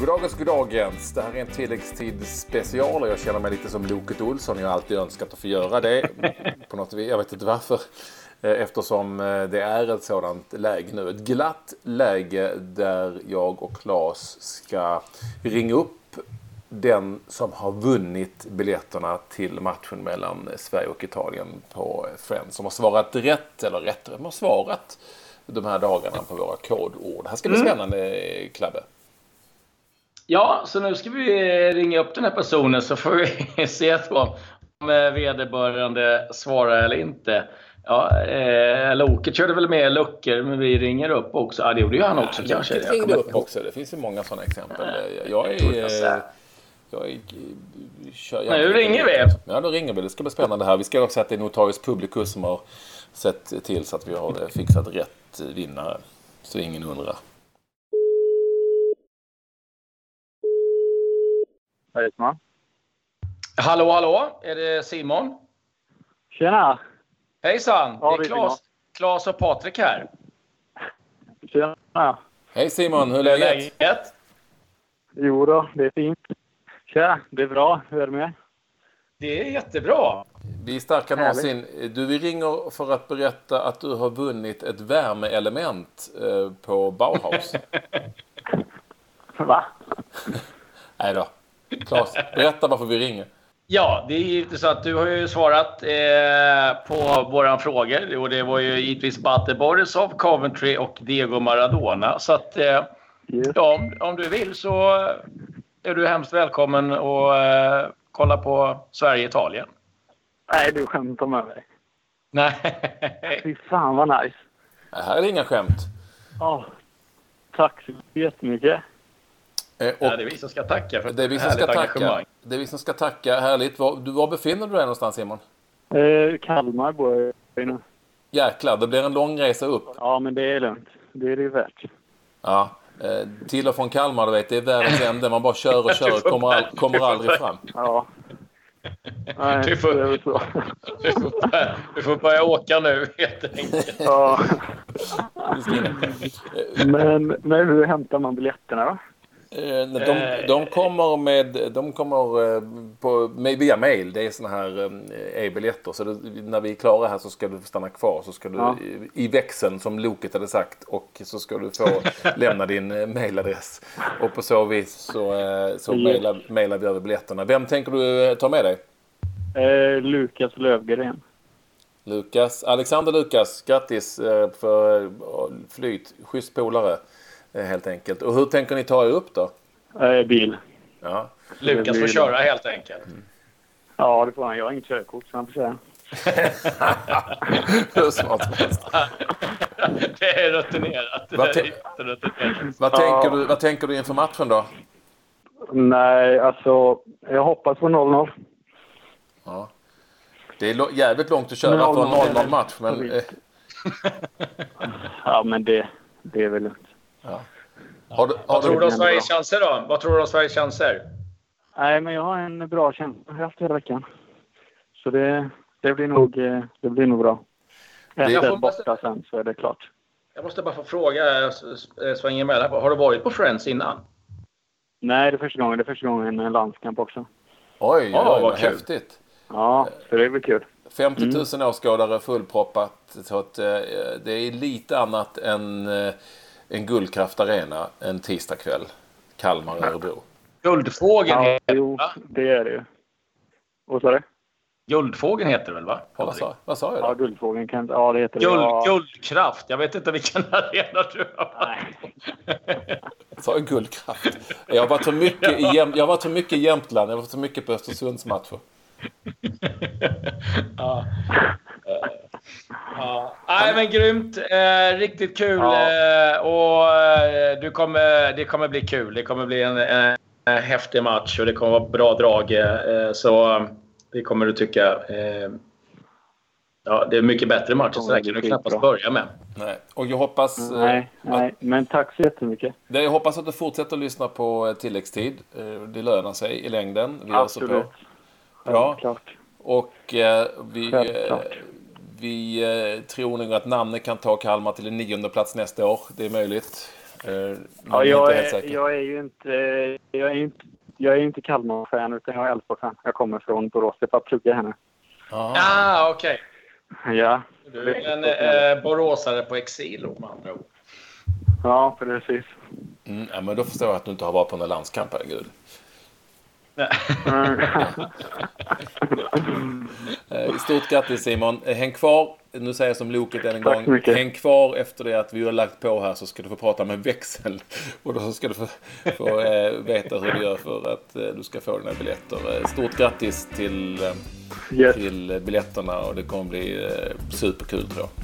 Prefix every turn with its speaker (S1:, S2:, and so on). S1: Goddagens, goddagens. Det här är en tilläggstid special och jag känner mig lite som Loket Olsson. Jag har alltid önskat att få göra det. På något vis. Jag vet inte varför. Eh, Eftersom eh, det är ett sådant läge nu. Ett glatt läge där jag och Claes ska ringa upp den som har vunnit biljetterna till matchen mellan Sverige och Italien på Friends. Som har svarat rätt, eller rätt, de har svarat de här dagarna på våra kodord. Det här ska bli spännande, eh, Klabbe.
S2: Ja, så nu ska vi ringa upp den här personen så får vi se då om eh, vederbörande svarar eller inte. Ja, eh, Loket körde väl med luckor, men vi ringer upp också. Ja, det gjorde ju han
S1: Alltså,
S2: också kanske.
S1: Loket
S2: Jag
S1: ringde
S2: kommer
S1: upp
S2: inte ihåg.
S1: också. Det finns ju många sådana exempel. Jag- Jag
S2: tror inte
S1: är...
S2: jag säger.
S1: eh, Jag är kör
S2: Nej, nu
S1: gärna.
S2: ringer vi.
S1: Ja, då ringer vi. Det ska bli spännande här. Vi ska också säga att det är Notarius Publicus som har sett till så att vi har eh, fixat rätt eh, vinnare. Så ingen undrar.
S3: Östman.
S2: Hallå, hallå! Är det Simon?
S3: Tjena!
S2: Hejsan!
S3: Ja,
S2: det är
S3: det är
S2: Claes, Claes och Patrik här.
S3: Tjena!
S1: Hej Simon, hur är läget?
S2: Läget?
S3: Jo då, det är fint. Tja, det är bra. Hur är det med
S2: Det är jättebra.
S1: Vi är starka någonsin. Du, vi ringer för att berätta att du har vunnit ett värmeelement eh, på Bauhaus.
S3: Va?
S1: Nej då. Claes, berätta varför vi ringer.
S2: Ja, det är givetvis så att du har ju svarat eh, på våra frågor. Och det var ju givetvis Bate Borisov, Coventry och Diego Maradona. Så att, eh,
S3: Yes.
S2: ja, om, om du vill så är du hemskt välkommen och eh, kolla på Sverige-Italien.
S3: Nej, du skämtar med mig.
S2: Nej.
S3: Fy fan vad nice.
S1: Det här är inga skämt.
S3: Ja. tack så jättemycket.
S1: Eh, och-
S2: Ja, det är vi som ska tacka för
S1: Det är vi som
S2: ett
S1: ska
S2: härligt
S1: tacka.
S2: engagemang.
S1: Det är vi som ska tacka. Härligt. Var, du, var befinner du dig någonstans Simon?
S3: Eh, Kalmar bor jag i nu.
S1: Jäklar, det blir en lång resa upp.
S3: Ja, men det är lugnt. Det är det ju värt.
S1: Ja. Eh, till och från Kalmar, du vet, det är världens ände. Man bara kör och kör och kommer, all, kommer aldrig fram.
S3: Ja. Nej,
S2: Du får-
S3: det är väl så.
S2: Du får, börja, du får börja åka nu helt enkelt.
S3: Ja.
S1: Vi ska in.
S3: Men, men hur hämtar man biljetterna då?
S1: Eh, De, de kommer, med, de kommer eh, på, med, via mail. Det är såna här eh, e-biljetter. Så det, när vi är klara här så ska du stanna kvar. Så ska du
S3: Ja.
S1: i, i växeln som Loket hade sagt. Och så ska du få lämna din eh, mailadress. Och på så vis så, eh, så mailar, mailar vi över biljetterna. Vem tänker du eh, ta med dig?
S3: Eh, Lukas Lövgren.
S1: Lukas. Alexander Lukas, grattis eh, för eh, flyt. Schysst polare eh, helt enkelt. Och hur tänker ni ta er upp då?
S3: Eh, bil.
S1: Ja.
S2: Lukas får köra helt enkelt.
S3: Ja, det får han. Jag har inget körkort, så han får köra.
S1: Hur smart som helst.
S2: Det är rutinerat. Det
S1: Vad
S2: är
S1: te-
S2: jätterutinerat.
S1: Vad
S3: Ja.
S1: tänker, du, vad tänker du inför matchen då?
S3: Nej, alltså jag hoppas på 0-0.
S1: Ja. Det är lo- jävligt långt att köra
S3: Men
S1: för en
S3: 0-0
S1: 0-0 match. Men,
S3: Precis.
S1: eh,
S3: Ja, men det, det är väl lugnt.
S1: har du, har
S2: Vad tror du
S1: du,
S2: om Sveriges chanser då? Vad tror du om Sveriges chanser?
S3: Nej, men jag har en bra känsla. Jag har haft hela veckan. Så det, det, blir, nog, eh, det blir nog bra.
S1: Jag
S3: Efter
S2: får-
S3: borta sen så är det klart.
S2: Jag måste bara få fråga, här, s- s- eh, svänga emellan. Har du varit på Friends innan?
S3: Nej, det är första gången. Det är första gången en landskamp också.
S1: Oj,
S2: Ja,
S1: oj,
S2: vad
S1: vad
S2: kul. Mm.
S1: häftigt.
S3: Ja, så det blir kul.
S1: 50 000 åskådare fullproppat. Så att, eh, det är lite annat än eh, en guldkraft arena en tisdagkväll. Kalmar, Örebro.
S2: Guldfågeln,
S3: Ja,
S2: he-
S3: jo, det är det ju. Vad sa du?
S2: Guldfågeln heter det väl, va?
S1: Ja, vad, sa, vad sa jag
S3: Ja,
S1: då?
S3: Guldfågeln kan Ja, det heter det.
S2: Guld,
S3: Ja.
S2: Guldkraft. Jag vet inte vilken arena du har varit på.
S1: Jag sa jag guldkraft? Jag har varit så mycket i, Jäm- jag har varit så mycket i Jämtland. Jag har varit så mycket på Östersundsmatcher.
S2: ja. Eh, ja. Nej, men grymt. Eh, riktigt kul.
S3: Ja.
S2: Eh, och eh, du kommer, det kommer bli kul. Det kommer bli en eh, eh, häftig match och det kommer vara bra drag. Eh, så eh, det kommer du tycka. Eh, ja, det är mycket bättre match. Så där kan du knappast börja med.
S1: Nej. Och jag hoppas... eh,
S3: Nej,
S1: att-
S3: nej, men tack så jättemycket.
S1: Det- Jag hoppas att du fortsätter att lyssna på eh, tilläggstid. Eh, Det lönar sig i längden. Vi gör så på.
S3: Absolut.
S1: Bra.
S3: Självklart.
S1: Och eh, vi, eh,
S3: Självklart.
S1: vi eh, tror nog att Nanne kan ta Kalmar till en nionde plats nästa år. Det är möjligt.
S3: Ja, jag, är, jag är ju inte, jag är ju inte, jag är ju inte Kalmar-fan utan jag är Elfsborg-fan. Jag kommer från Borås. Jag bara pluggar här nu.
S1: Ah.
S2: Ah, okej.
S3: Ja.
S2: Du är en eh, boråsare på exil, om andra ord.
S3: Ja, precis.
S1: Mm, ja, men då förstår jag att du inte har varit på någon landskamp, herregud.
S2: Nej.
S1: Eh, Stort grattis Simon. Eh, Häng kvar. Nu säger jag som Loket än en
S3: Tack så
S1: gång.
S3: mycket.
S1: Häng kvar efter det att vi har lagt på här så ska du få prata med växel. Och då ska du få, få eh, veta hur du gör för att eh, du ska få dina biljetter. Eh, stort grattis till, eh,
S3: Yes.
S1: till eh, biljetterna och det kommer bli eh, superkul tror jag.